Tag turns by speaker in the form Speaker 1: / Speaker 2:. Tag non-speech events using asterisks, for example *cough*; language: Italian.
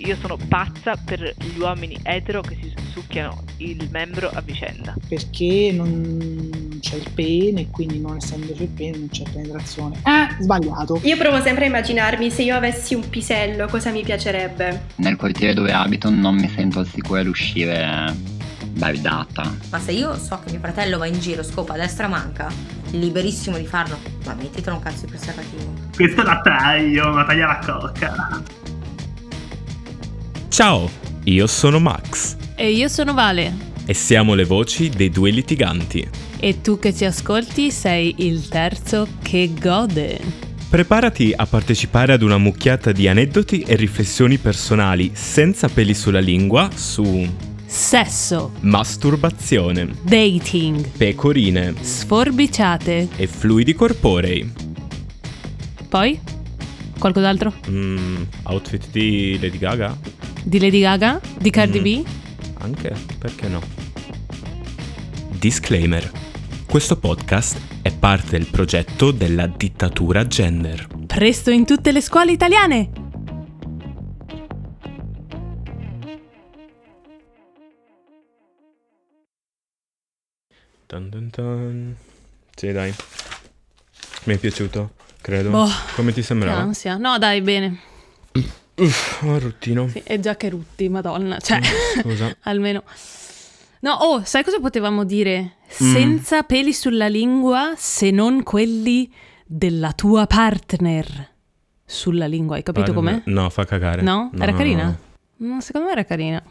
Speaker 1: Io sono pazza per gli uomini etero che si succhiano il membro a vicenda.
Speaker 2: perché non c'è il pene e quindi non essendoci il pene non c'è penetrazione. Ah, sbagliato.
Speaker 3: Io provo sempre a immaginarmi se io avessi un pisello cosa mi piacerebbe.
Speaker 4: Nel quartiere dove abito non mi sento al sicuro ad uscire bardata.
Speaker 5: Ma se io so che mio fratello va in giro, scopa a destra manca, liberissimo di farlo, ma mettetelo un cazzo di preservativo.
Speaker 6: Questa la taglio, ma taglia la cocca.
Speaker 7: Ciao, io sono Max
Speaker 8: E io sono Vale.
Speaker 7: e siamo le voci dei due litiganti.
Speaker 8: E tu che ci ascolti sei il terzo che gode.
Speaker 7: Preparati a partecipare ad una mucchiata di aneddoti e riflessioni personali senza peli sulla lingua su
Speaker 8: Sesso,
Speaker 7: masturbazione,
Speaker 8: dating,
Speaker 7: pecorine
Speaker 8: sforbiciate.
Speaker 7: e fluidi corporei.
Speaker 8: Poi? Qualcos'altro?
Speaker 7: Mm, outfit di Lady Gaga?
Speaker 8: Di Lady Gaga? Di Cardi
Speaker 7: Mm.
Speaker 8: B?
Speaker 7: Anche, perché no? Disclaimer. Questo podcast è parte del progetto della dittatura gender.
Speaker 8: Presto in tutte le scuole italiane!
Speaker 7: Dun dun dun. Sì, dai. Mi è piaciuto, credo.
Speaker 8: Boh,
Speaker 7: Come ti
Speaker 8: Che
Speaker 7: sembrava?
Speaker 8: ansia. No, dai, bene.
Speaker 7: Uff, un ruttino.
Speaker 8: Sì, è già che rutti, madonna. Cioè,
Speaker 7: Scusa.
Speaker 8: almeno. No, oh, sai cosa potevamo dire?
Speaker 7: Mm.
Speaker 8: Senza peli sulla lingua se non quelli della tua partner sulla lingua. Hai *laughs* capito
Speaker 7: Pare-
Speaker 8: com'è?
Speaker 7: No, fa cagare.
Speaker 8: No? Era carina?
Speaker 7: no.
Speaker 8: Mm, secondo me era carina.